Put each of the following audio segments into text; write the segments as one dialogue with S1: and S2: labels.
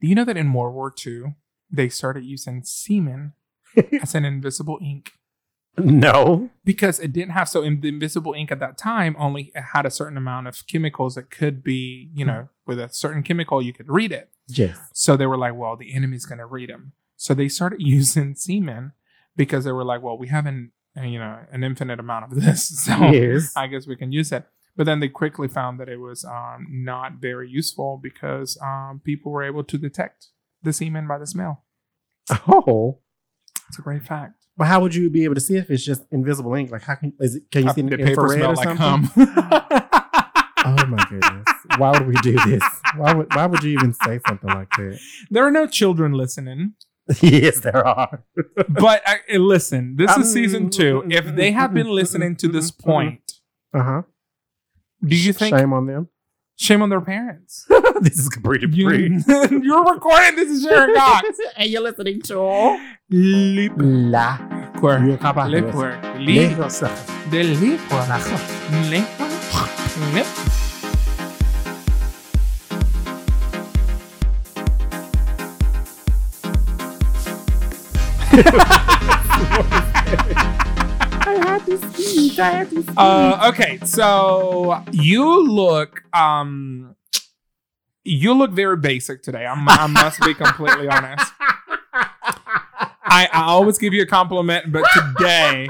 S1: Do you know that in World War II, they started using semen as an invisible ink?
S2: No.
S1: because it didn't have so in, the invisible ink at that time only had a certain amount of chemicals that could be you know with a certain chemical you could read it
S2: Yes.
S1: so they were like well the enemy's going to read them so they started using semen because they were like well we haven't you know an infinite amount of this
S2: Oh.
S1: so
S2: Yes.
S1: i guess we can use it but then they quickly found that it was um, not very useful because um, people were able to detect the semen by the smell
S2: Oh.
S1: it's a great fact
S2: But how would you be able to see if it's just invisible ink? Like, how can is it? Can you see it in
S1: the paper
S2: infrared or
S1: smelled like
S2: something?
S1: hum
S2: Oh my goodness! Why would we do this? Why would Why would you even say something like that?
S1: There are no children listening,
S2: yes, there are.
S1: but I, eh, listen, this is season
S2: Um,
S1: two. If they have been listening to this point,
S2: Uh huh.
S1: do you think shame,
S2: Shame on them.
S1: on their parents?
S2: this is completely
S1: You, are recording. This is Sharon Cox.
S2: and you're listening to
S1: Liquor,
S2: La
S1: liquor, li- de liquor, liquor, lip.
S2: I had to sneeze. I had to sneeze.
S1: Uh, okay, so you look, um, you look very basic today. I'm, I must be completely honest. I, I always give you a compliment, but today,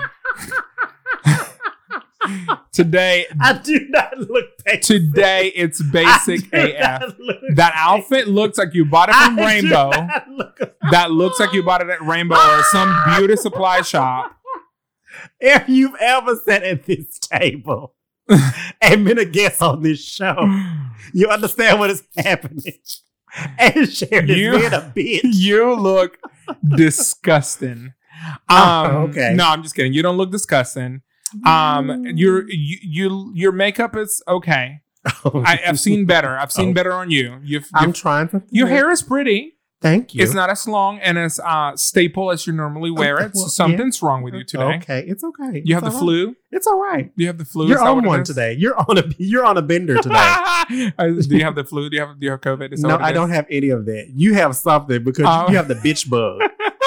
S1: today,
S2: I do not look basic.
S1: today it's basic
S2: I do
S1: AF.
S2: not look
S1: That outfit looks like you bought it from
S2: I do
S1: Rainbow.
S2: not look-
S1: That looks like you bought it at Rainbow or some beauty supply shop.
S2: If you've ever sat at this table and been a guest on this show, you understand what is happening. And Sharon
S1: You-
S2: is being a bitch.
S1: you look disgusting.
S2: Oh,
S1: Um,
S2: okay.
S1: No, I'm just kidding. You don't look disgusting. Um, your you, you your makeup is okay. I, I've seen better. I've seen
S2: Oh.
S1: better on you. You've,
S2: I'm
S1: you've-
S2: trying to.
S1: your hair is pretty.
S2: Thank you.
S1: It's not as long and as uh, staple as you normally wear
S2: Okay,
S1: it. So
S2: well,
S1: something's wrong with you today.
S2: Okay, it's okay.
S1: You have
S2: It's
S1: the
S2: all right.
S1: flu.
S2: It's all right.
S1: You have the flu.
S2: You're
S1: Is that
S2: on
S1: what it
S2: one
S1: is?
S2: today. You're on a you're on a bender today.
S1: Uh, do you have the flu? Do you have do you have COVID? Is that
S2: no,
S1: what it
S2: I
S1: is?
S2: don't have any of that. You have something because
S1: Oh.
S2: you have the bitch bug.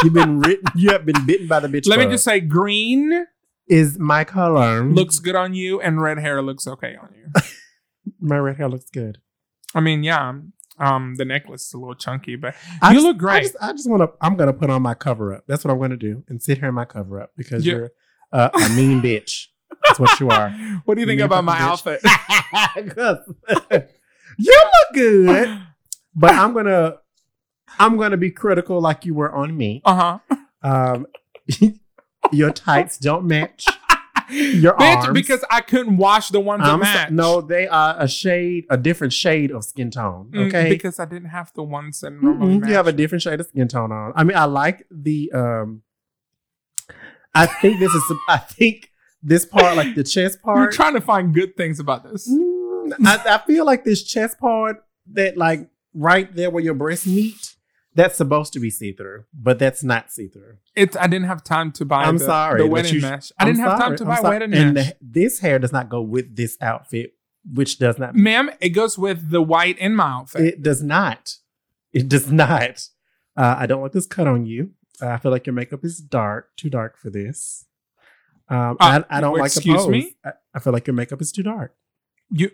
S2: You've been written, you have been bitten by the bitch
S1: Let
S2: bug.
S1: me just say, green
S2: is my color
S1: looks good on you, and red hair looks okay on you.
S2: my red hair looks good.
S1: I mean, yeah. Um, the necklace is a little chunky, but
S2: I
S1: you
S2: just-
S1: look
S2: I
S1: great.
S2: just, I just want to. I'm gonna put on my cover up. That's what I'm gonna do and sit here in my cover up because
S1: Yeah.
S2: you're uh, a mean bitch. That's what you are.
S1: what do you think
S2: You
S1: about my
S2: fucking bitch.
S1: outfit?
S2: 'Cause- you look good, but I'm gonna I'm gonna be critical like you were on me.
S1: Uh huh.
S2: Um, your tights don't match. Your
S1: Bitch,
S2: arms.
S1: because I couldn't wash the one to
S2: I'm so-
S1: match.
S2: no, they are a shade, a different shade of skin tone.
S1: Mm,
S2: Okay,
S1: because I didn't have the ones that normally
S2: Mhm.
S1: match.
S2: you have a different shade of skin tone on. I mean, I like the. um I think this is. I think this part, like the chest
S1: You're
S2: part.
S1: trying to find good things about this.
S2: Mm, I, I feel like this chest part that, like, right there where your breasts meet, that's supposed to be see through, but that's not see through.
S1: It's I didn't have time to buy.
S2: I'm
S1: the,
S2: sorry,
S1: the
S2: but
S1: wedding
S2: you-
S1: mesh. I didn't have time to buy wedding
S2: And
S1: mesh.
S2: the, this hair does not go with this outfit, which does not.
S1: Ma'am, it goes with the white in my outfit.
S2: It does not. It does not. Uh, I don't like this cut on you. Uh, I feel like your makeup is dark, too dark for this. Um,
S1: Uh,
S2: I, I don't like. the
S1: excuse
S2: pose.
S1: me?
S2: I, I feel like your makeup is too dark.
S1: you.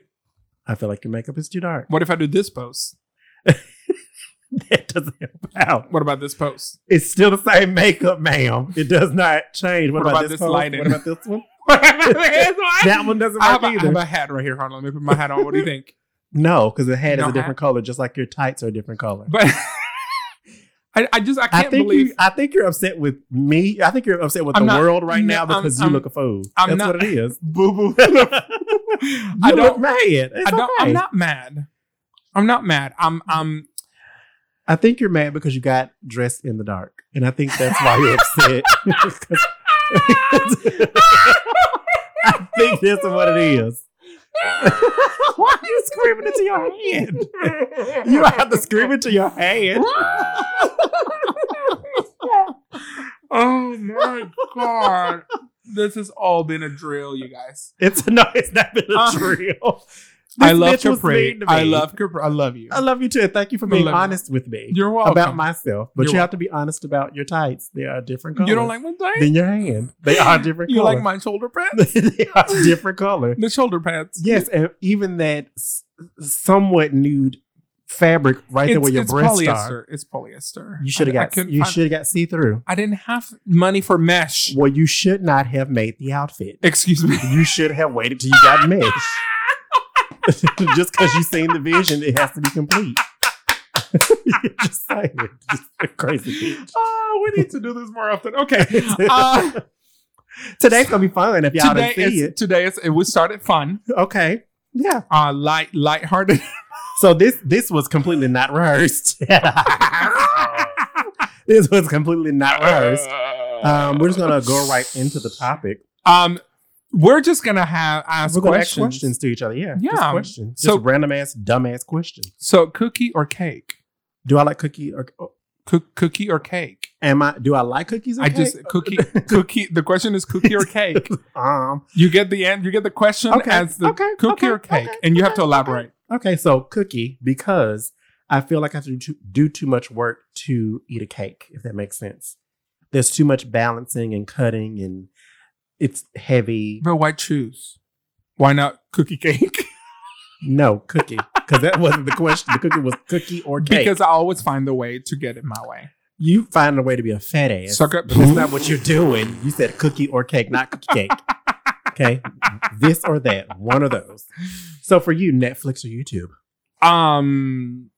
S2: I feel like your makeup is too dark.
S1: What if I do this post?
S2: that doesn't help out.
S1: What about this post?
S2: It's still the same makeup, ma'am. It does not change. What, about, this, pose?
S1: lighting?
S2: What about this one?
S1: that
S2: That one doesn't
S1: I have,
S2: work
S1: a, I
S2: either.
S1: have a hat right here. Hold on, let me put my hat on. What do you think?
S2: no, because the hat is
S1: No
S2: a different color, just like your tights are a different color.
S1: But I, I just I
S2: I
S1: can't
S2: think
S1: believe
S2: you, I think you're upset with me. I think you're upset with
S1: I'm
S2: the
S1: not-
S2: world right now
S1: no, I'm-
S2: because you
S1: I'm-
S2: look a fool.
S1: I'm
S2: That's
S1: not-
S2: what it is.
S1: boo boo.
S2: You
S1: I
S2: look
S1: don't.
S2: mad. It's
S1: I don't.
S2: okay.
S1: I'm not mad. I'm not mad. I'm. I'm.
S2: I think you're mad because you got dressed in the dark, and I think that's why you're upset. 'Cause- I think that's what it is. why are you screaming into your hand? You have to scream into your hand.
S1: Oh my god! This has all been a drill, you guys.
S2: It's no, it's not been a
S1: Uh,
S2: drill.
S1: I
S2: This
S1: love
S2: bitch was
S1: Capri.
S2: mean to me.
S1: I love Capri. I love you.
S2: I love you too. and Thank you for
S1: I
S2: being
S1: love you.
S2: honest with me
S1: You're welcome.
S2: about myself. But
S1: You're
S2: you have to be honest about your tights. They are different colors.
S1: you don't like my thing?
S2: than your hand. They are different.
S1: You
S2: color.
S1: like my shoulder pads?
S2: they are different color.
S1: the shoulder pads.
S2: Yes, and even that s- somewhat nude fabric right there
S1: it's,
S2: where your
S1: it's
S2: breasts
S1: polyester.
S2: are.
S1: It's polyester.
S2: You should have
S1: I- I
S2: got
S1: couldn't
S2: you
S1: find-
S2: should have got see through.
S1: I didn't have money for mesh.
S2: Well, you should not have made the outfit.
S1: Excuse me.
S2: You should have waited till you got mesh. Just because you seen the vision, it has to be complete. Just saying, Just a crazy bitch.
S1: Oh, we need to do this more often. Okay. Uh,
S2: Today's gonna be fun if y'all
S1: today
S2: didn't see
S1: is
S2: it.
S1: today is it was started fun.
S2: Okay, yeah.
S1: Uh light lighthearted.
S2: So this this was completely not rehearsed. this was completely not rehearsed. Um, we're just gonna go right into the topic.
S1: Um we're just gonna have ask
S2: we're gonna ask
S1: questions.
S2: questions to each other. Yeah, just
S1: Yeah.
S2: questions.
S1: So-
S2: just random ass, dumb ass questions.
S1: So cookie or cake?
S2: Do I like cookie or oh,
S1: Cook, cookie or cake?
S2: am I? Do I like cookies? Or
S1: I
S2: cake?
S1: just cookie cookie. The question is cookie or cake.
S2: um.
S1: You get the end. You get the question
S2: Okay,
S1: um, as the
S2: okay,
S1: cookie
S2: okay,
S1: or cake,
S2: okay,
S1: and you have
S2: okay,
S1: to elaborate.
S2: Okay, so cookie because I feel like I have to do too, do too much work to eat a cake. If that makes sense, there's too much balancing and cutting, and it's heavy.
S1: But why choose? Why not cookie cake?
S2: No, cookie. Because that wasn't the question. The cookie was cookie or cake.
S1: because I always find the way to get it my way.
S2: you find a way to be a fat ass.
S1: Suck up.
S2: But that's not what you're doing. You said cookie or cake, not cookie cake. Okay. this or that. One of those. So for you, Netflix or YouTube?
S1: Um.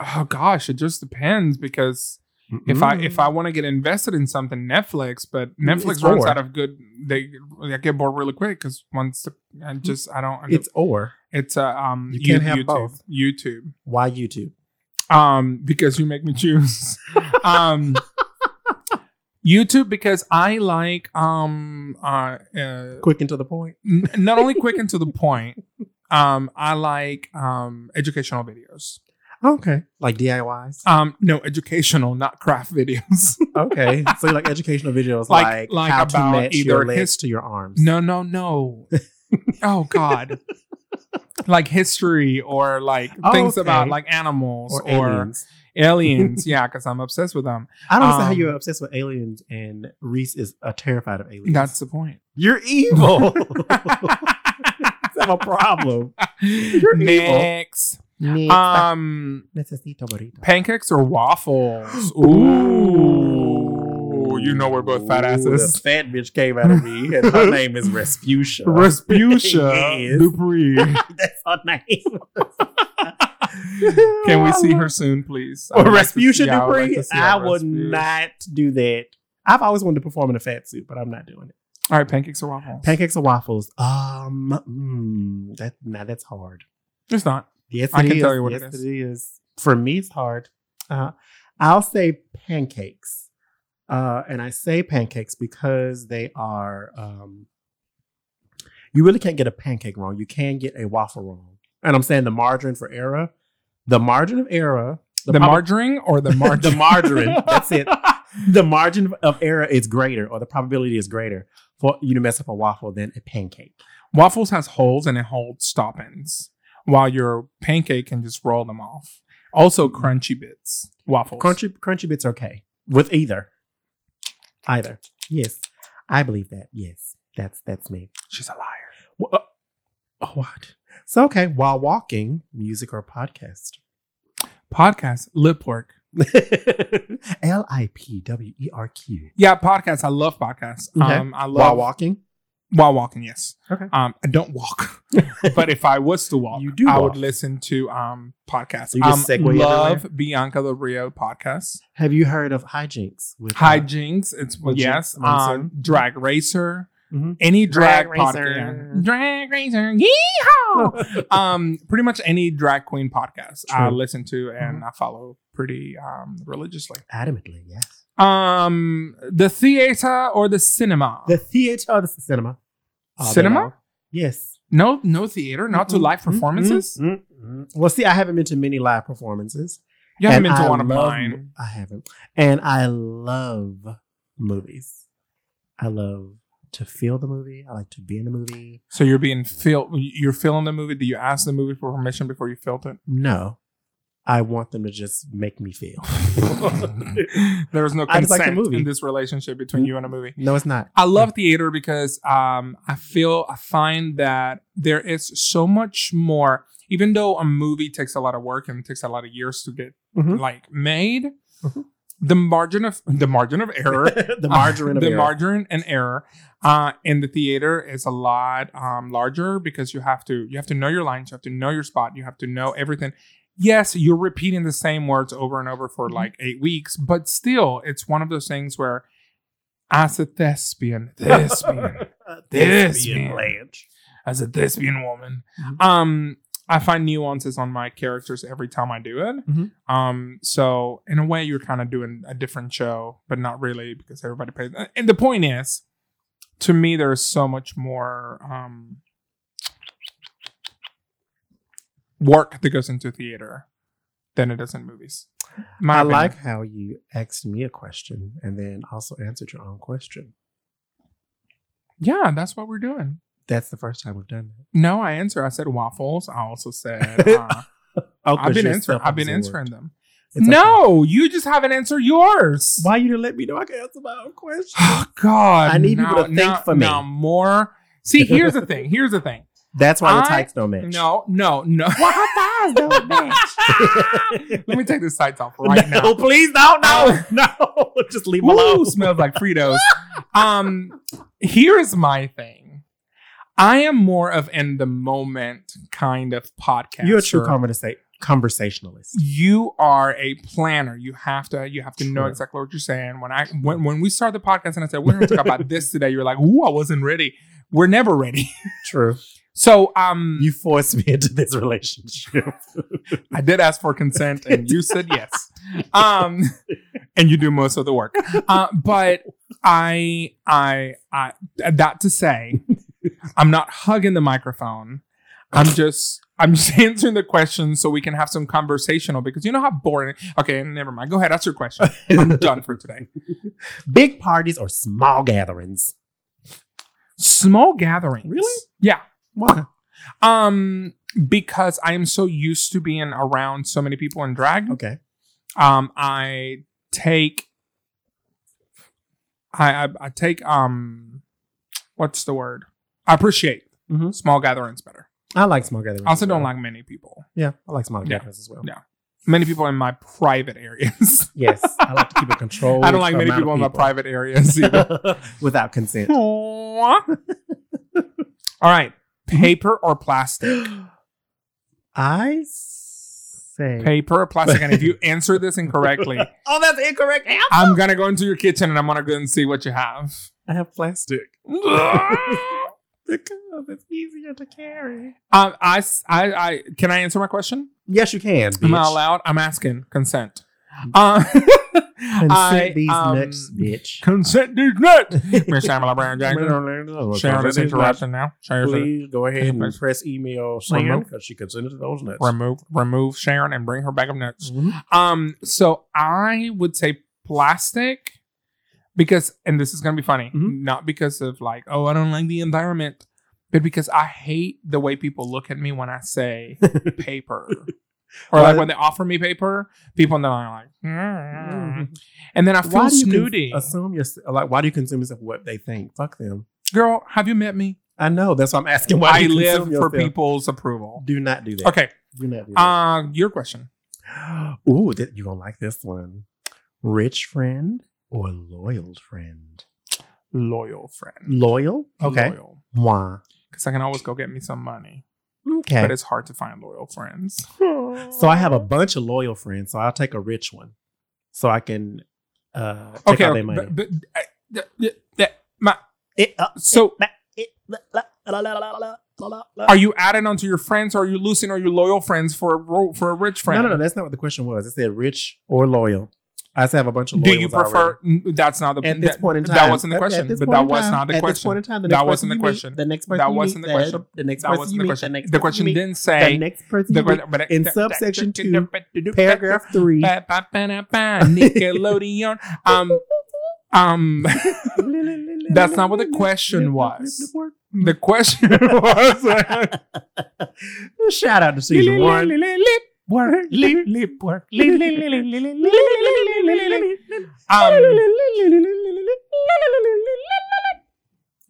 S1: Oh gosh, it just depends because if I if I want to get invested in something, Netflix. But Netflix
S2: Mm. It's
S1: runs
S2: more.
S1: out of good. They I get bored really quick because once the, I just I don't.
S2: Mm, it's or
S1: it's uh, um
S2: You can't have
S1: YouTube,
S2: both.
S1: YouTube.
S2: why YouTube?
S1: um because you make me choose um youtube because i like um uh, uh
S2: Quick and to the point.
S1: n- not only quick and to the point um i like um educational videos
S2: Okay. Like DIYs.
S1: um no educational not craft videos
S2: okay. So you like educational videos
S1: Like-
S2: like,
S1: like
S2: how
S1: about
S2: to match your
S1: either
S2: legs
S1: his-
S2: to your arms.
S1: no no no oh god like history or like
S2: Oh,
S1: things
S2: okay.
S1: about like animals
S2: Or,
S1: or,
S2: aliens.
S1: aliens yeah because i'm obsessed with them
S2: I don't understand
S1: um,
S2: how you're obsessed with aliens and Reese is uh, terrified of aliens.
S1: that's the point
S2: You're evil. have a problem. You're evil.
S1: next Um,
S2: Necesito burrito.
S1: pancakes or waffles? Ooh, you know we're both fat
S2: The
S1: asses.
S2: fat bitch came out of me, and her name is Respucia.
S1: Respucia
S2: Yes.
S1: Dupree.
S2: That's her name.
S1: Can we see her soon, please? I
S2: Or
S1: would like to
S2: Respucia
S1: see- yeah, I would like
S2: Dupree?
S1: to see her
S2: I will
S1: Respucia.
S2: not do that. I've always wanted to perform in a fat suit, but I'm not doing it.
S1: All right, pancakes or waffles?
S2: Pancakes or waffles? Um, mm, that now that's hard.
S1: It's not.
S2: Yes,
S1: I
S2: it
S1: can tell
S2: is.
S1: you what it
S2: yes,
S1: is.
S2: It is. For me, it's hard. Uh, I'll say pancakes, uh, and I say pancakes because they are. Um, you really can't get a pancake wrong. You can get a waffle wrong, and I'm saying the margarine for error, the margin of error,
S1: The,
S2: prob-
S1: margarine or the margarine?
S2: the margarine. That's it. The margin of error is greater, or the probability is greater for you to mess up a waffle than a pancake.
S1: Waffles has holes and it holds stoppings, while your pancake can just roll them off. Also, crunchy bits. Waffles.
S2: Mm-hmm. Crunchy crunchy bits are okay with either. Either. Yes. I believe that. Yes. That's that's me.
S1: She's a liar.
S2: Wha- uh, what? So okay, while walking, music or podcast.
S1: Podcast lip work.
S2: L I P W E R Q.
S1: Yeah, podcasts. I love podcasts.
S2: Okay.
S1: Um, I love
S2: While walking?
S1: while walking. Yes.
S2: Okay.
S1: Um, I don't walk, but if I was to walk,
S2: You do
S1: I
S2: walk.
S1: would listen to um podcasts.
S2: So you ¿eh? just
S1: um,
S2: segue
S1: love
S2: everywhere?
S1: Bianca Del Rio podcast.
S2: Have you heard of hijinks with uh,
S1: Hijinks. It's
S2: with
S1: yes.
S2: Jinx Monsoon?
S1: Um, drag racer.
S2: Mhm.
S1: Any drag,
S2: Drag
S1: podcast.
S2: Racer.
S1: Drag racer. Yeehaw. um, pretty much any drag queen podcast I
S2: True. Mm-hmm.
S1: listen to and I follow pretty um religiously.
S2: adamantly, yes.
S1: Um, the theater or the cinema.
S2: The theater or the cinema. All day
S1: Cinema?
S2: long. Yes. Mm-hmm.
S1: No, no theater, not to
S2: Mm-mm,
S1: live
S2: mm-mm,
S1: performances.
S2: mm-mm, mm-mm. Mm-hmm. Well, see, I haven't been to many live performances.
S1: You haven't
S2: And
S1: been to
S2: I
S1: one of
S2: love-
S1: mine.
S2: I haven't. And I love movies. I love to feel the movie. I like to be in the movie.
S1: So you're being fil- you're filming the movie. Do you ask the movie for permission before you film it?
S2: No, I want them to just make me feel.
S1: there is no
S2: I just like the
S1: consent
S2: movie. Mm-hmm.
S1: in this relationship between you and a movie.
S2: no, it's not.
S1: I love theater because um, I feel I find that there is so much more. Even though a movie takes a lot of work and takes a lot of years to get
S2: Mhm.
S1: like made,
S2: Mhm.
S1: the margin of the margin of error
S2: the margarine
S1: uh,
S2: of
S1: the
S2: error.
S1: margarine and error uh, in the theater is a lot um, larger because you have to you have to know your lines you have to know your spot you have to know everything yes you're repeating the same words over and over
S2: Mm-hmm.
S1: for like eight weeks but still it's one of those things where as a thespian thespian This
S2: Thespian
S1: man.
S2: Blanche.
S1: as a thespian woman.
S2: Mhm.
S1: Um, I find nuances on my characters every time I do it.
S2: Mhm.
S1: Um, so in a way, you're kind of doing a different show, but not really because everybody pays. And the point is, to me, there is so much more um, work that goes into theater than it does in movies. My
S2: I
S1: opinion.
S2: like how you asked me a question and then also answered your own question.
S1: yeah, that's what we're doing.
S2: That's the first time we've done that.
S1: No, I answer. I said waffles. I also said uh,
S2: Oh, 'cause
S1: I've been
S2: you're
S1: answering. I've been
S2: self-absorbed.
S1: answering them.
S2: It's okay.
S1: no, you just haven't answered yours.
S2: Why you didn't let me know I could answer my own question?
S1: Oh God!
S2: I need people to think for me.
S1: Now more. See, here's the thing. Here's the thing.
S2: That's why the
S1: I-
S2: types don't match.
S1: No, no, no. Why don't bitch? Let me take this side off right
S2: no,
S1: now. Oh.
S2: please don't. No, no. Just leave me alone.
S1: Ooh, smells like Fritos. um, here's my thing. I am more of in the moment kind of podcast.
S2: You're a true conversa- conversationalist.
S1: you are a planner. You have to you have to know
S2: Sure.
S1: exactly what you're saying. When I when when we started the podcast and I said we're going to talk about this today, you're like, "Ooh, I wasn't ready." We're never ready.
S2: True.
S1: So um,
S2: You forced me into this relationship.
S1: I did ask for consent, and you said yes. Um, and you do most of the work. Uh, but I I I that to say, I'm not hugging the microphone. I'm just I'm just answering the question so we can have some conversational because you know how boring. Okay, never mind. Go ahead, ask your question. I'm done for today.
S2: Big parties or small gatherings?
S1: Small gatherings.
S2: Really?
S1: Yeah.
S2: Why?
S1: Um, because I am so used to being around so many people in drag.
S2: Okay.
S1: Um, I take. I, I I take um, what's the word? I appreciate
S2: Mhm.
S1: small gatherings better.
S2: I like small gatherings.
S1: I also
S2: as
S1: don't
S2: well.
S1: like many people.
S2: Yeah, I like small
S1: Yeah.
S2: gatherings as well.
S1: Yeah. Many people in my private areas.
S2: Yes, I like to keep it controlled.
S1: I don't like many
S2: amount
S1: people in my
S2: of
S1: private areas either.
S2: people. without consent.
S1: All right, paper or plastic?
S2: I say.
S1: Paper or plastic? And if you answer this incorrectly,
S2: Oh, that's incorrect. Ow!
S1: I'm gonna go into your kitchen and I'm gonna go and see what you have.
S2: I have plastic. The
S1: oh,
S2: cup is easier to carry.
S1: Um, I, s- I- I- can I answer my question?
S2: Yes, Mm. you can. Bitch.
S1: Am I allowed? I'm asking consent. Uh,
S2: Consent
S1: I,
S2: these
S1: um,
S2: nuts, bitch.
S1: Consent these nuts. Miss Shamala Brown Jackson. Share this
S2: Consent these nuts.
S1: interruption now. Share this.
S2: Please go ahead and
S1: Please.
S2: press email Sam
S1: Remove.
S2: because she consented to those nuts.
S1: Remove, remove Sharon and bring her back up nuts.
S2: Mhm.
S1: Um, so I would say plastic because, and this is gonna be funny,
S2: Mhm.
S1: not because of like, oh, I don't like the environment, but because I hate the way people look at me when I say paper. Or
S2: Why
S1: like
S2: do-
S1: when they offer me paper, people know I'm like, "Mm." and then I feel
S2: Mm-hmm. Why do you cons-
S1: snooty.
S2: assume your like? Why do you consume yourself what they think? Fuck them.
S1: Girl, have you met me?
S2: I know. That's why I'm asking. Why
S1: I
S2: do you consume
S1: live for
S2: yourself?
S1: people's approval.
S2: Do not do that.
S1: Okay,
S2: Do not do that.
S1: uh, your question.
S2: Ooh, th- you gonna like this one? Rich friend or loyal friend?
S1: Loyal friend.
S2: Loyal. Okay.
S1: Loyal.
S2: Why?
S1: Because I can always go get me some money,
S2: Okay.
S1: but it's hard to find loyal friends.
S2: So I have a bunch of loyal friends, so I'll take a rich one, so I can uh, take
S1: okay,
S2: all
S1: okay,
S2: their money.
S1: but, but, uh, th- th- th- my,
S2: It, uh,
S1: so
S2: it, la, la, la, la, la, la, la, la, la.
S1: are you adding onto your friends, or are you losing, or you loyal friends for a ro- for a rich friend?
S2: No, no, no. That's not what the question was. It said rich or loyal. I said I have a bunch of.
S1: Do
S2: loyals
S1: you prefer?
S2: already.
S1: n- That's not the
S2: At this
S1: that-
S2: point in time,
S1: That wasn't the
S2: at- at
S1: question.
S2: this
S1: But
S2: point
S1: that
S2: in
S1: was
S2: time-
S1: not the
S2: At this
S1: question.
S2: point in time, the
S1: That
S2: next
S1: wasn't
S2: person
S1: the
S2: you
S1: question.
S2: Meet, the next person.
S1: That
S2: you
S1: wasn't
S2: meet,
S1: the question.
S2: The next
S1: That
S2: person
S1: wasn't
S2: you
S1: the
S2: meet,
S1: question.
S2: The, next
S1: The
S2: person you
S1: question
S2: meet,
S1: didn't
S2: The
S1: say.
S2: next person
S1: the
S2: you meet,
S1: que- but-
S2: in
S1: that-
S2: subsection
S1: that-
S2: two,
S1: that-
S2: paragraph three.
S1: Ba- ba- ba- da- ba, Nickelodeon. Um, um, That's not what the question was. The question was
S2: Shout out to season one.
S1: Work, lip, lip, work, lip, lip, lip, lip, lip, lip, lip, lip, lip, lip. Um,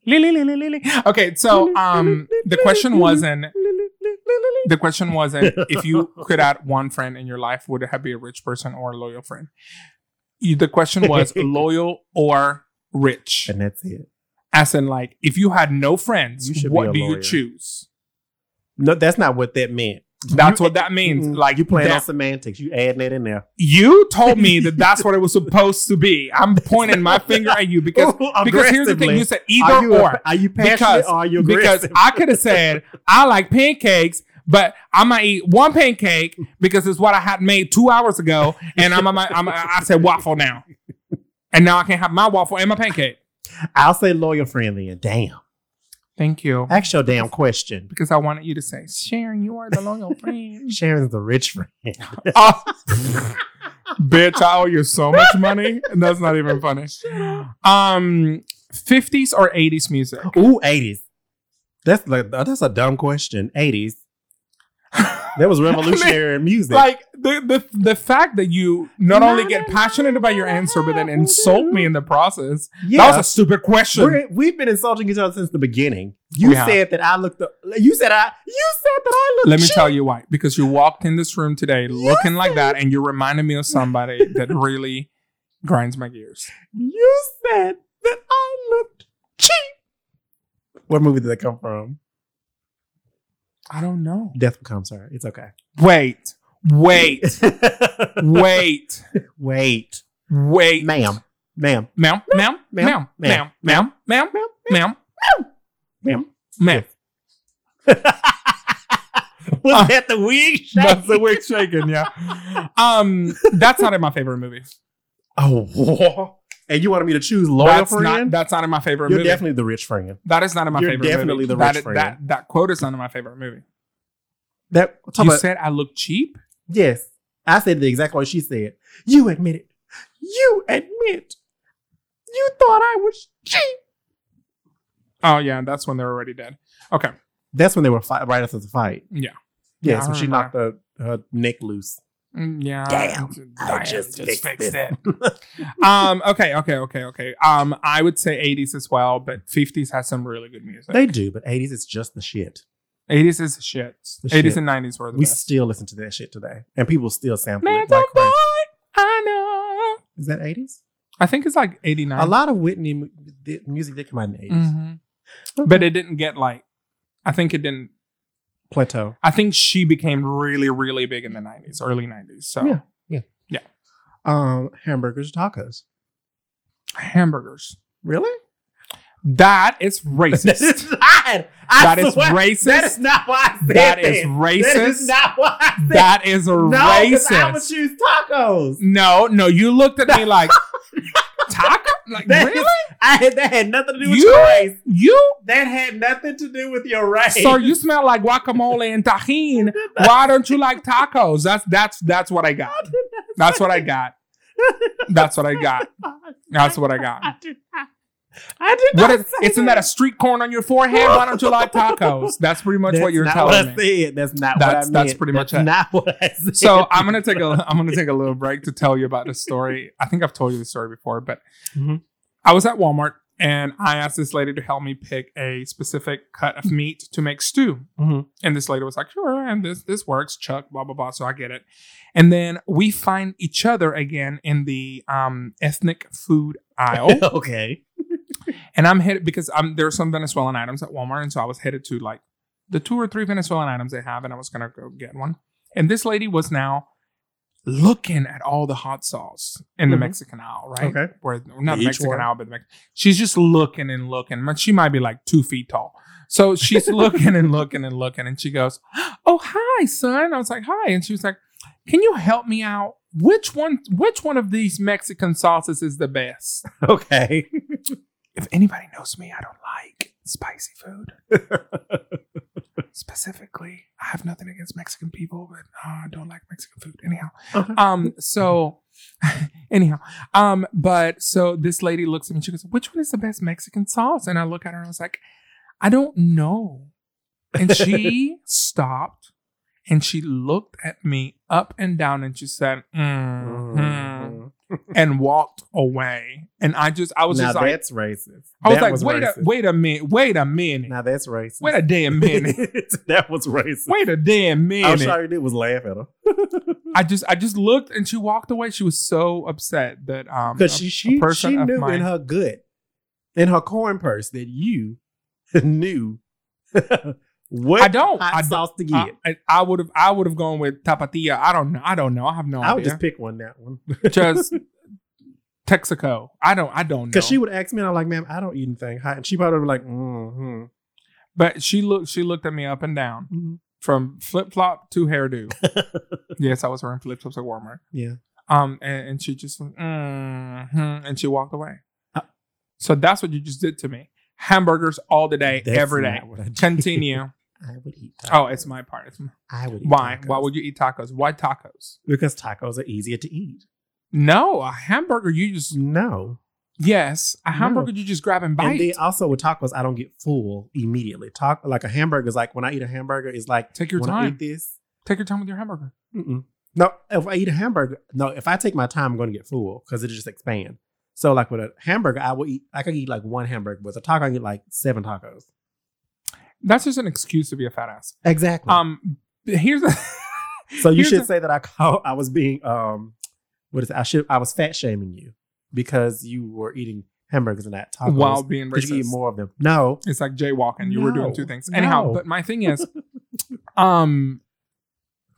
S1: okay, so um, the question wasn't the question wasn't if you could add one friend in your life, would it have be a rich person or a loyal friend? You- The question was loyal or rich,
S2: And that's it.
S1: as in like if you had no friends,
S2: You should be a
S1: what do you
S2: lawyer.
S1: choose?
S2: No, that's not what that meant.
S1: That's
S2: You-
S1: what that means.
S2: Mm-mm.
S1: Like
S2: you playing
S1: that-
S2: on semantics. You adding that in there.
S1: you told me that that's what it was supposed to be. I'm pointing my finger at you because because here's the thing you said either
S2: are you,
S1: or
S2: Are you passionate
S1: Because-
S2: or are you
S1: because
S2: aggressive?
S1: I could have said I like pancakes, but I'm gonna eat one pancake because it's what I had made two hours ago, and I'm, I'm, I'm I said waffle now, and now I can have my waffle and my pancake.
S2: I'll say lawyer friendly and damn.
S1: Thank you,
S2: Ask your damn question.
S1: because I wanted you to say Sharon, you are the loyal friend.
S2: Sharon's the rich friend.
S1: Oh. Bitch, I owe you so much money, and that's not even funny. Um, 50s or 80s music?
S2: Ooh, 80s. That's like uh, that's a dumb question. 80s. That was revolutionary in music.
S1: like the, the the fact that you not only get passionate about your answer but then insult me in the process
S2: yeah.
S1: that was a stupid question
S2: We're, we've been insulting each other since the beginning. You
S1: We have.
S2: said that I looked up. You said I. You said that I looked.
S1: let me
S2: cheap.
S1: tell you why because you walked in this room today looking like that and you reminded me of somebody that really grinds my gears
S2: You said that I looked cheap. What movie did that come from?
S1: i don't know
S2: Death becomes her. It's okay.
S1: wait wait wait
S2: Wait,
S1: wait
S2: ma'am, ma'am,
S1: ma'am ma'am ma'am ma'am ma'am ma'am ma'am ma'am
S2: ma'am.
S1: ma'am
S2: Was that the wig? shake?
S1: that's the wig shaking yeah um that's not in my favorite movie
S2: Oh, whoa. and you wanted me to choose loyal
S1: that's not
S2: friend?
S1: that's not in my favorite
S2: You're
S1: movie
S2: definitely the rich friend.
S1: That is not in my
S2: You're
S1: favorite
S2: definitely
S1: movie.
S2: the
S1: that,
S2: rich friend.
S1: That, that quote is not in my favorite movie.
S2: That talk
S1: you
S2: about,
S1: said I look cheap?
S2: yes. I said the exact what she said. You admit it. You admit. You thought I was cheap.
S1: Oh, yeah, that's when they're already dead. Okay.
S2: That's when they were fight, right after the fight.
S1: Yeah.
S2: Yeah,
S1: Yeah, I
S2: so she
S1: remember.
S2: knocked her, her neck loose.
S1: Mm, Yeah.
S2: Damn, I
S1: Damn,
S2: just fixed
S1: it. um, okay, okay, okay, okay. Um, I would say 80s as well, but 50s has some really good music.
S2: They do, but 80s is just the shit.
S1: 80s is shit.
S2: The
S1: 80s
S2: shit.
S1: and 90s were the
S2: We
S1: best.
S2: still listen to that shit today. And people still sample
S1: Man,
S2: it.
S1: boy,
S2: Like crazy.
S1: I know.
S2: Is that 80s?
S1: I think it's like 89.
S2: A lot of Whitney mu- did- music did come out in the 80s.
S1: Mhm. But it didn't get like, I think it didn't
S2: Plateau.
S1: I think she became really, really big in the nineties, early nineties. So
S2: Yeah. Um, hamburgers, tacos.
S1: hamburgers.
S2: Really?
S1: That is
S2: that
S1: racist.
S2: is not. I
S1: that is
S2: swear,
S1: racist.
S2: That is not why I said
S1: That is
S2: That
S1: racist.
S2: is not why I said
S1: That is
S2: No, 'cause I would
S1: racist.
S2: choose tacos.
S1: No, no, you looked at me like taco. Like
S2: That is-
S1: really?
S2: I had, that had nothing to do with
S1: You-
S2: your race.
S1: You
S2: That had nothing to do with your race.
S1: sir, you smell like guacamole and tahine. Why don't you like tacos? That's that's that's what I got. That's what I got. That's what I got. That's what I got.
S2: I did not. I did
S1: What
S2: not
S1: is?
S2: say
S1: Isn't that a street corn on your forehead? Why don't you like tacos? That's pretty much what you're telling me.
S2: Said. That's not
S1: That's- that's pretty much it.
S2: not what I said.
S1: So I'm gonna take a I'm gonna take a little break to tell you about the story. I think I've told you the story before, but
S2: Mhm.
S1: I was at Walmart and I asked this lady to help me pick a specific cut of meat to make stew.
S2: Mhm.
S1: And this lady was like, "Sure, and this this works, Chuck, blah blah blah." So I get it. And then we find each other again in the um, ethnic food aisle.
S2: okay.
S1: And I'm headed because I'm there's some Venezuelan items at Walmart, and so I was headed to like the two or three Venezuelan items they have, and I was gonna go get one. And this lady was now looking at all the hot sauce in the
S2: Mhm.
S1: Mexican aisle, right?
S2: Okay.
S1: Where not the
S2: Each
S1: Mexican
S2: one.
S1: aisle, but the Mex- she's just looking and looking. But she might be like two feet tall. So she's looking and looking and looking, and she goes, "Oh hi, son." I was like, "Hi," and she was like, "Can you help me out? Which one? Which one of these Mexican sauces is the best?"
S2: Okay.
S1: if anybody knows me, I don't like spicy food. Specifically, I have nothing against Mexican people, but uh, I don't like Mexican food anyhow.
S2: Okay.
S1: Um, so Anyhow, um, but so this lady looks at me. She goes, "Which one is the best Mexican sauce?" And I look at her and I was like, "I don't know." And she stopped, and she looked at me up and down, and she said, "Mhm,"
S2: Mhm.
S1: and walked away. And I just, I was
S2: now
S1: just like,
S2: that's racist.
S1: I was
S2: That
S1: like, wait, a,
S2: racist.
S1: wait a minute, wait a minute,
S2: Now that's racist.
S1: wait a damn minute,
S2: that was racist.
S1: wait a damn
S2: All
S1: minute.
S2: she already did was laugh at her
S1: I just, I just looked, and she walked away. She was so upset that um,
S2: because she she,
S1: person
S2: she
S1: of
S2: knew
S1: mine.
S2: in her gut, in her corn purse, that you knew what
S1: I don't.
S2: hot
S1: I don't.
S2: sauce to
S1: I-
S2: get.
S1: I, I would have I would have gone with Tapatía. I don't know. I don't know. I have no
S2: I, would
S1: idea.
S2: just pick one that one
S1: Just Texaco. I don't I don't know.
S2: because she would ask me, and I'm like, "Ma'am, I don't eat anything hot," and she probably would be like, "Mm-hmm."
S1: but she looked she looked at me up and down from flip flop to hairdo. yes, I was wearing flip flops at Walmart.
S2: Yeah.
S1: Um and, and she just went, mm and she walked away.
S2: Uh.
S1: so that's what you just did to me. Hamburgers all the day,
S2: That's
S1: every day.
S2: not what I do.
S1: Continue.
S2: I would eat. Tacos.
S1: oh, it's my part. It's my,
S2: I would. Eat
S1: why?
S2: Tacos.
S1: Why would you eat tacos? Why tacos?
S2: Because tacos are easier to eat.
S1: No, a hamburger you just
S2: No,
S1: Yes, a
S2: No.
S1: hamburger you just grab and bite.
S2: and then also with tacos, I don't get full immediately. Talk like a hamburger is like when I eat a hamburger is like
S1: Take your
S2: when I
S1: time.
S2: eat this.
S1: Take your time with your hamburger.
S2: Mm-mm. No, if I eat a hamburger, no, if I take my time, I'm going to get full because it just expand. So like with a hamburger, I will eat. I can eat like one hamburger, but with a taco, I can eat like seven tacos.
S1: That's just an excuse to be a fat ass.
S2: Exactly.
S1: Um, here's a
S2: so you
S1: here's
S2: should
S1: a-
S2: say that I call. I was being um, what is it? I should. I was fat shaming you because you were eating hamburgers and not tacos.
S1: while being
S2: But you can
S1: racist.
S2: eat more of them. No,
S1: It's like jaywalking. You were doing
S2: No,
S1: two things. Anyhow,
S2: no.
S1: but my thing is, um,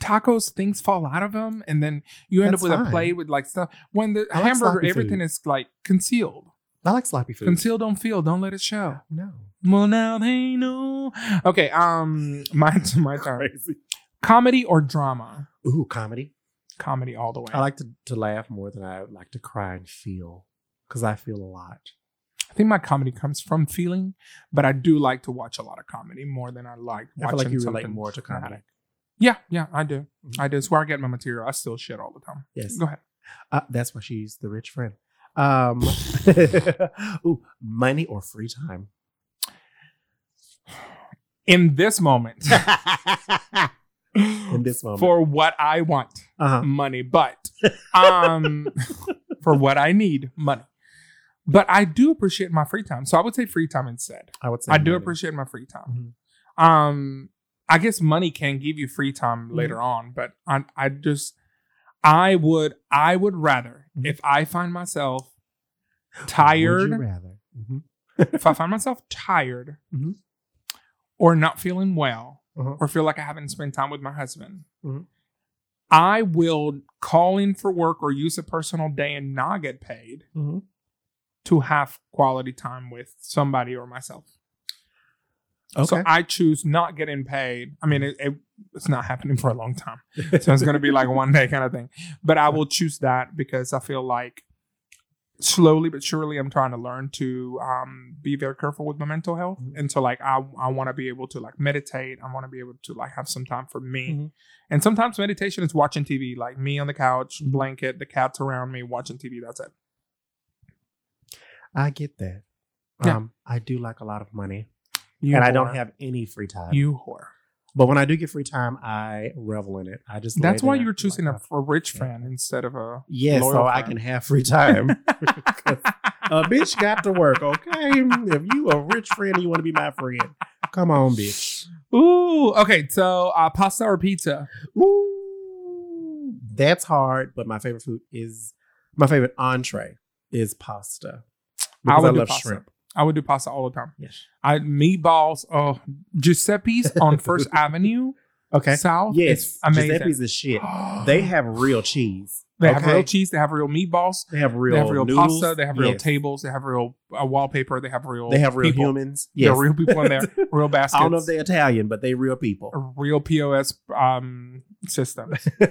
S1: tacos things fall out of them, and then you end
S2: That's
S1: up with
S2: fine.
S1: a plate with like stuff. When the
S2: I like
S1: hamburger,
S2: sloppy
S1: everything
S2: food.
S1: is like concealed.
S2: I like sloppy food.
S1: Conceal, don't feel. Don't let it show.
S2: no,
S1: Well, now they know. Okay. Um, my my turn.
S2: crazy.
S1: Comedy or drama?
S2: Ooh, comedy.
S1: Comedy all the way.
S2: I like to, to laugh more than I like to cry and feel because I feel a lot.
S1: I think my comedy comes from feeling, but I do like to watch a lot of comedy more than I like watching
S2: I feel like you
S1: something
S2: relate more to comedy.
S1: dramatic. Yeah, yeah, I do.
S2: Mhm.
S1: I do. It's where I get my material. I still shit all the time.
S2: Yes,
S1: Go ahead.
S2: uh, that's why she's the rich friend. Um, ooh, money or free time?
S1: In this moment,
S2: In this moment,
S1: for what I want,
S2: uh-huh.
S1: money, but um, for what I need, money. But I do appreciate my free time, so I would say free time instead.
S2: I would say
S1: I do
S2: money.
S1: appreciate my free time.
S2: Mm-hmm.
S1: Um, I guess money can give you free time
S2: Mhm.
S1: later on, but I, I just, I would, I would rather
S2: Mhm.
S1: if I find myself
S2: Would you
S1: tired,
S2: rather? Mhm.
S1: if I find myself tired,
S2: Mhm.
S1: or not feeling well,
S2: Uh-huh.
S1: or feel like I haven't spent time with my husband,
S2: Mhm.
S1: I will call in for work or use a personal day and not get paid
S2: Mhm.
S1: to have quality time with somebody or myself. So
S2: Okay,
S1: I choose not getting paid. I mean, it, it, it's not happening for a long time. So it's going to be like one day kind of thing. But I will choose that because I feel like slowly but surely I'm trying to learn to um, be very careful with my mental health.
S2: Mhm.
S1: And so like I, I want to be able to like meditate. I want to be able to like have some time for me.
S2: Mhm.
S1: And sometimes meditation is watching TV, like me on the couch,
S2: Mm-hmm.
S1: blanket, the cats around me, watching TV. That's it.
S2: I get that.
S1: Yeah.
S2: Um, I do like a lot of money,
S1: You
S2: and I don't
S1: whore.
S2: have any free time.
S1: you whore.
S2: But when I do get free time, I revel in it. I just
S1: That's
S2: lay
S1: why
S2: there
S1: you're
S2: and
S1: choosing
S2: like,
S1: a, a rich
S2: Yeah.
S1: friend instead of a
S2: yeah, so
S1: loyal
S2: I
S1: friend.
S2: can have free time. a bitch got to work, okay? If you a rich friend, and you want to be my friend. Come on, bitch.
S1: Ooh, okay. So uh, pasta or pizza?
S2: Ooh, that's hard. But my favorite food is my favorite entree is pasta
S1: I
S2: because I,
S1: would do
S2: love
S1: pasta.
S2: shrimp.
S1: I would do pasta all the time.
S2: Yes.
S1: I meatballs. Oh, Giuseppe's on First Avenue
S2: Okay.
S1: South.
S2: yes,
S1: is amazing.
S2: Giuseppe's is shit. They have real cheese.
S1: They have
S2: okay?
S1: real cheese. They have real meatballs.
S2: They have real.
S1: they have real
S2: noodles.
S1: pasta. They have real
S2: Yes.
S1: tables. They have real uh, wallpaper. They have real.
S2: They have real
S1: people.
S2: humans.
S1: There
S2: Yes.
S1: are real people in there. Real baskets.
S2: I don't know if they're Italian, but they real people.
S1: real POS um system. They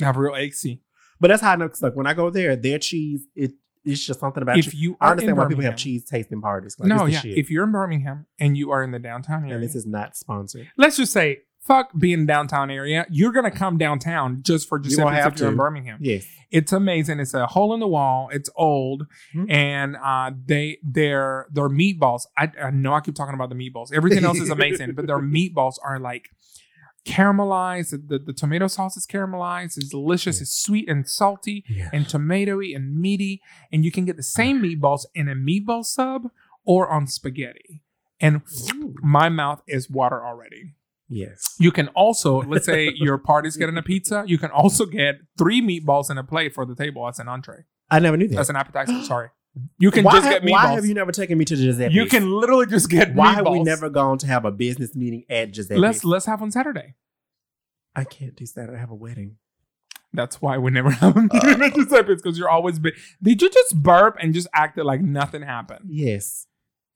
S1: have real E. AC.
S2: But that's how I know. 'cause, like when I go there, their cheese it it's just something about.
S1: If
S2: cheese.
S1: you are
S2: I understand
S1: in
S2: why people
S1: Birmingham-
S2: have cheese tasting parties. Like,
S1: no,
S2: it's the
S1: yeah.
S2: shit.
S1: If you're in Birmingham and you are in the downtown area,
S2: and this is not sponsored.
S1: let's just say fuck being downtown area. You're gonna come downtown just for Giuseppe
S2: have
S1: if you're in
S2: to.
S1: Birmingham.
S2: Yes.
S1: It's amazing. It's a hole in the wall. It's old,
S2: Mhm.
S1: and uh, they their their meatballs. I, I know I keep talking about the meatballs. Everything else is amazing, but their meatballs are like caramelized. The, the, tomato sauce is caramelized. It's delicious.
S2: Yeah.
S1: It's sweet and salty
S2: Yeah.
S1: and tomatoey and meaty. And you can get the same meatballs in a meatball sub or on spaghetti. And
S2: Ooh.
S1: my mouth is water already.
S2: Yes.
S1: You can also, let's say your party's getting a pizza, you can also get three meatballs in a plate for the table as an entree.
S2: I never knew that.
S1: That's an appetizer. Sorry. You can
S2: why
S1: just
S2: ha-
S1: get meatballs.
S2: Why have you never taken me to Giuseppe's?
S1: you can literally just get
S2: Why
S1: meatballs.
S2: have we never gone to have a business meeting at Giuseppe's?
S1: Let's let's have on Saturday.
S2: I can't do Saturday. I have a wedding.
S1: That's why we never have a
S2: Uh.
S1: meeting at Giuseppe's because you're always. bu- Did you just burp and just acted like nothing happened?
S2: Yes.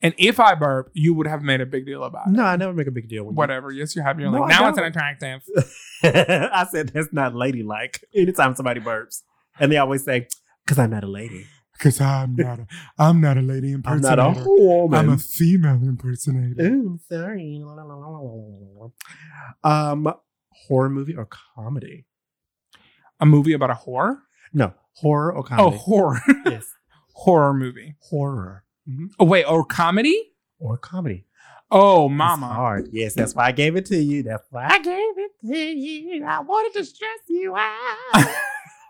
S1: And if I burp, you would have made a big deal about it.
S2: No, I never make a big deal. When you-
S1: Whatever. Yes, you have. You're
S2: No,
S1: like
S2: I
S1: now it's an
S2: don't.
S1: attractive.
S2: I said that's not ladylike. Anytime somebody burps, and they always say, "Cause I'm not a lady.
S1: Because I'm not. A, I'm not a Eh? lady
S2: I'm not a woman.
S1: female impersonator.
S2: Ooh, sorry. La, la, la, la, la, la. Um, horror movie or comedy?
S1: A movie about a horror.
S2: No, horror or
S1: Oh,
S2: comedy.
S1: horror.
S2: yes,
S1: horror movie.
S2: horror
S1: Oh wait, or comedy?
S2: or comedy.
S1: Oh,
S2: It's
S1: mama.
S2: hard. Yes, that's why I gave it to you. That's why I gave it to you. I wanted to stress you out.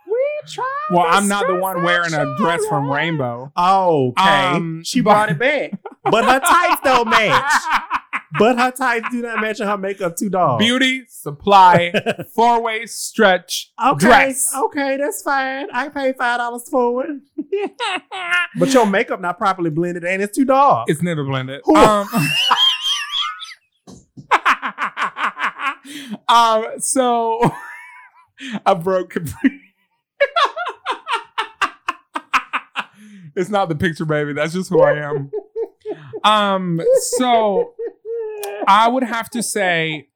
S2: we tried.
S1: Well,
S2: to
S1: I'm not the
S2: stress
S1: one
S2: out
S1: wearing a
S2: your
S1: dress from
S2: life.
S1: Rainbow.
S2: Oh, okay.
S1: Um,
S2: she
S1: but-
S2: brought it back, but her tights don't match. But her tights do not match, and her makeup too dog.
S1: Beauty supply four way stretch
S2: Okay,
S1: dress.
S2: okay, that's fine. I paid five dollars for it. but your makeup not properly blended, and it's too dark.
S1: It's never blended.
S2: Who-
S1: Um, um, so I broke Capri. it's not the picture, baby. That's just who I am. Um, so I would have to say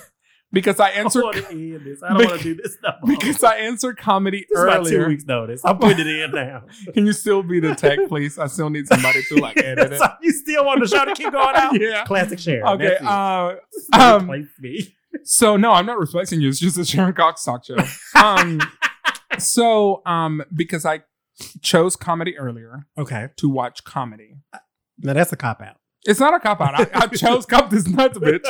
S1: because I answered
S2: I don't want to end this. I don't want
S1: Bec-
S2: to do this no more.
S1: because I answered comedy
S2: this is about two
S1: earlier.
S2: weeks notice. I'm putting it in now.
S1: Can you still be the tech, please? I still need somebody to like edit it.
S2: so you still want the show to keep going out?
S1: yeah.
S2: Classic share.
S1: Okay. Uh, um,
S2: me.
S1: So no, I'm not replacing you. It's just a Sharon Cox talk show. Um, so um, because I chose comedy earlier
S2: Okay,
S1: to watch comedy.
S2: now that's a cop out.
S1: It's not a cop out. I, I chose cop this nuts, bitch.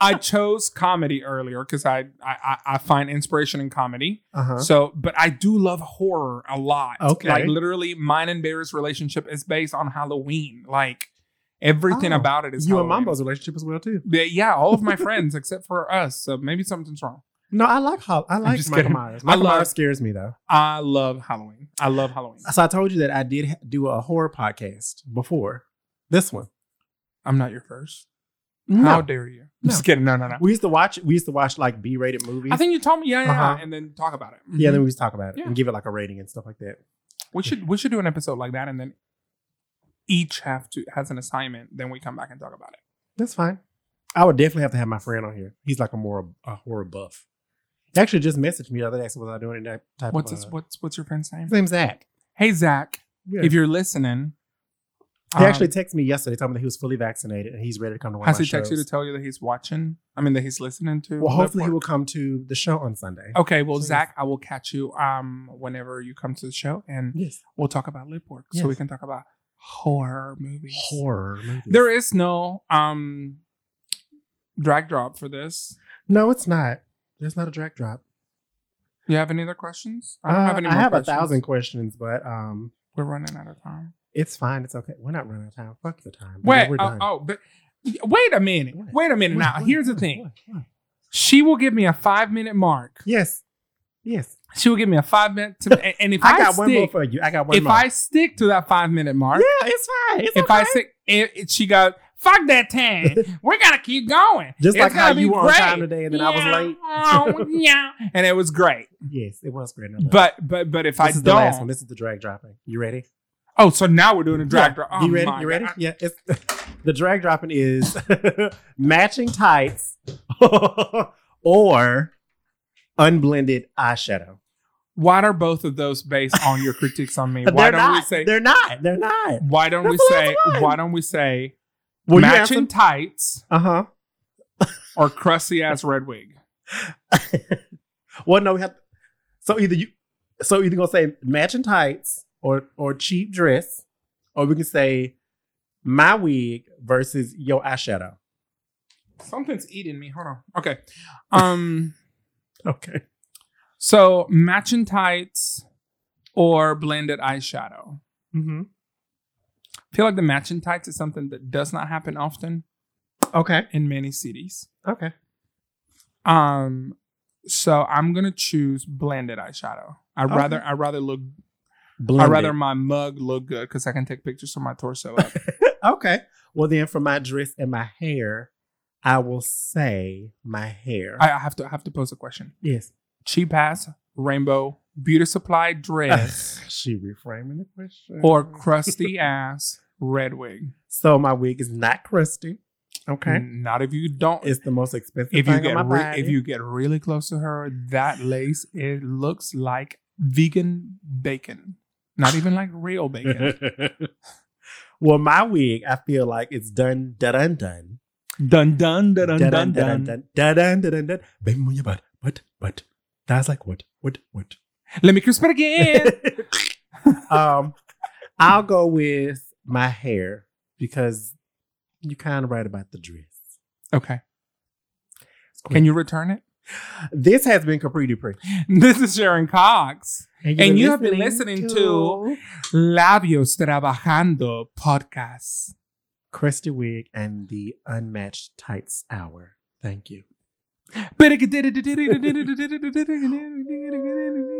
S1: I chose comedy earlier because I, I I- I find inspiration in comedy.
S2: Uh huh.
S1: So, but I do love horror a lot.
S2: Okay.
S1: like literally, mine and Barry's relationship is based on Halloween. Like everything
S2: Oh,
S1: about it is
S2: You
S1: Halloween.
S2: and Mambo's relationship as well too.
S1: But yeah, all of my friends except for us. So maybe something's wrong.
S2: No, I like Hol- I like
S1: just
S2: Michael
S1: kidding.
S2: Myers.
S1: I
S2: Michael
S1: love-
S2: Myers scares me though.
S1: I love Halloween. I love Halloween.
S2: So I told you that I did ha- do a horror podcast before this one.
S1: I'm not your first.
S2: No,
S1: How dare you?
S2: No.
S1: Just kidding. No, no, no.
S2: we used to watch we used to watch like B rated movies.
S1: I think you told me. Yeah, yeah, yeah,
S2: Uh-huh.
S1: and then talk about it.
S2: yeah,
S1: Mhm.
S2: then we used to talk about it
S1: Yeah.
S2: and give it like a rating and stuff like that.
S1: we should we should do an episode like that, and then each have to has an assignment. Then we come back and talk about it.
S2: That's fine. I would definitely have to have my friend on here. He's like a more a horror buff. He actually just messaged me the other day. So was I doing that type
S1: What's
S2: of? uh,
S1: his, what's what's your friend's name?
S2: his name's Zach.
S1: Hey Zach,
S2: Yeah.
S1: if you're listening,
S2: he actually
S1: um,
S2: texted me yesterday, telling me that he was fully vaccinated and he's ready to come to one
S1: has
S2: of my
S1: he texted you to
S2: shows.
S1: tell you that he's watching? I mean that he's listening to.
S2: well,
S1: Live
S2: hopefully he
S1: Work?
S2: will come to the show on Sunday.
S1: Okay, well,
S2: Please.
S1: Zach, I will catch you um whenever you come to the show, and
S2: Yes,
S1: we'll talk about lip work,
S2: Yes.
S1: so we can talk about horror movies.
S2: horror. Movies.
S1: There is no um drag drop for this.
S2: no, it's not. There's not a drag drop.
S1: You have any other questions?
S2: I, have, Uh, I have
S1: questions.
S2: a thousand questions, but um,
S1: We're running out of time.
S2: it's fine. It's okay. We're not running out of time. Fuck the time.
S1: Wait,
S2: we're
S1: oh, oh, but wait a minute.
S2: What?
S1: Wait a minute.
S2: What,
S1: now,
S2: what,
S1: here's the
S2: what,
S1: thing.
S2: what, what?
S1: She will give me a five minute mark.
S2: Yes, yes.
S1: She will give me a five minute. To, and- and if I,
S2: I, got one more
S1: stick,
S2: for you. I got one
S1: if
S2: more.
S1: I stick to that five minute mark,
S2: yeah, it's fine. It's
S1: if
S2: okay.
S1: I stick, it, it- she goes, "Fuck that time. we gotta keep going."
S2: just
S1: It's
S2: like how
S1: gonna
S2: you
S1: be
S2: were on
S1: great.
S2: time today, and then I was late.
S1: was late. yeah, and it was great.
S2: Yes, it was great. But
S1: But but but if
S2: this
S1: I
S2: is
S1: don't,
S2: the last one. This is the drag dropping. You ready?
S1: Oh, so now we're doing a drag drop. Oh,
S2: you ready?
S1: my
S2: You ready?
S1: God.
S2: Yeah. It's the drag dropping is matching tights or unblended eyeshadow.
S1: Why are both of those based on your critiques on me?
S2: But
S1: Why
S2: they're
S1: don't
S2: not.
S1: we say?
S2: they're not. They're not.
S1: Why don't we
S2: That's the
S1: say?
S2: last one.
S1: Why don't we say
S2: Well,
S1: matching tights
S2: Uh huh.
S1: or crusty ass red wig.
S2: well, no, we have so either you so either gonna say matching tights or or cheap dress, or we can say my wig versus your eyeshadow.
S1: Something's eating me. Hold on. Okay. Um.
S2: Okay.
S1: So matching tights or blended eyeshadow.
S2: Mm-hmm.
S1: I feel like the matching tights is something that does not happen often
S2: Okay.
S1: in many cities.
S2: Okay.
S1: Um. So I'm gonna choose blended eyeshadow. I would
S2: Okay.
S1: rather I rather look I
S2: Blended.
S1: rather my mug look good because I can take pictures of my torso up.
S2: okay. Well, then for my dress and my hair, I will say my hair.
S1: I I have to I have to pose a question.
S2: yes.
S1: Cheap ass rainbow beauty supply dress
S2: she reframing the question.
S1: or crusty ass red wig.
S2: so my wig is not crusty. Okay.
S1: Not if you don't.
S2: It's the most expensive
S1: Mm. if
S2: thing
S1: you get
S2: on my
S1: re-
S2: body.
S1: if you get really close to her, that lace it looks like vegan bacon. Not even like real bacon.
S2: well, my wig, I feel like it's done, da dun dun.
S1: dun dun dun dun dun dun.
S2: dun dun dun dun dun dun. Baby, move your butt. What? What? That's like what? What? What?
S1: Let me crisp it again.
S2: um, I'll go with my hair because you kind of right about the dress.
S1: okay. Can you return it?
S2: This has been Capri Dupree.
S1: This is Sharon Cox.
S2: you've
S1: And you have been listening to- Labios Trabajando podcast.
S2: Crusty Wig and the Unmatched Tights Hour. Thank you.
S1: But it did it.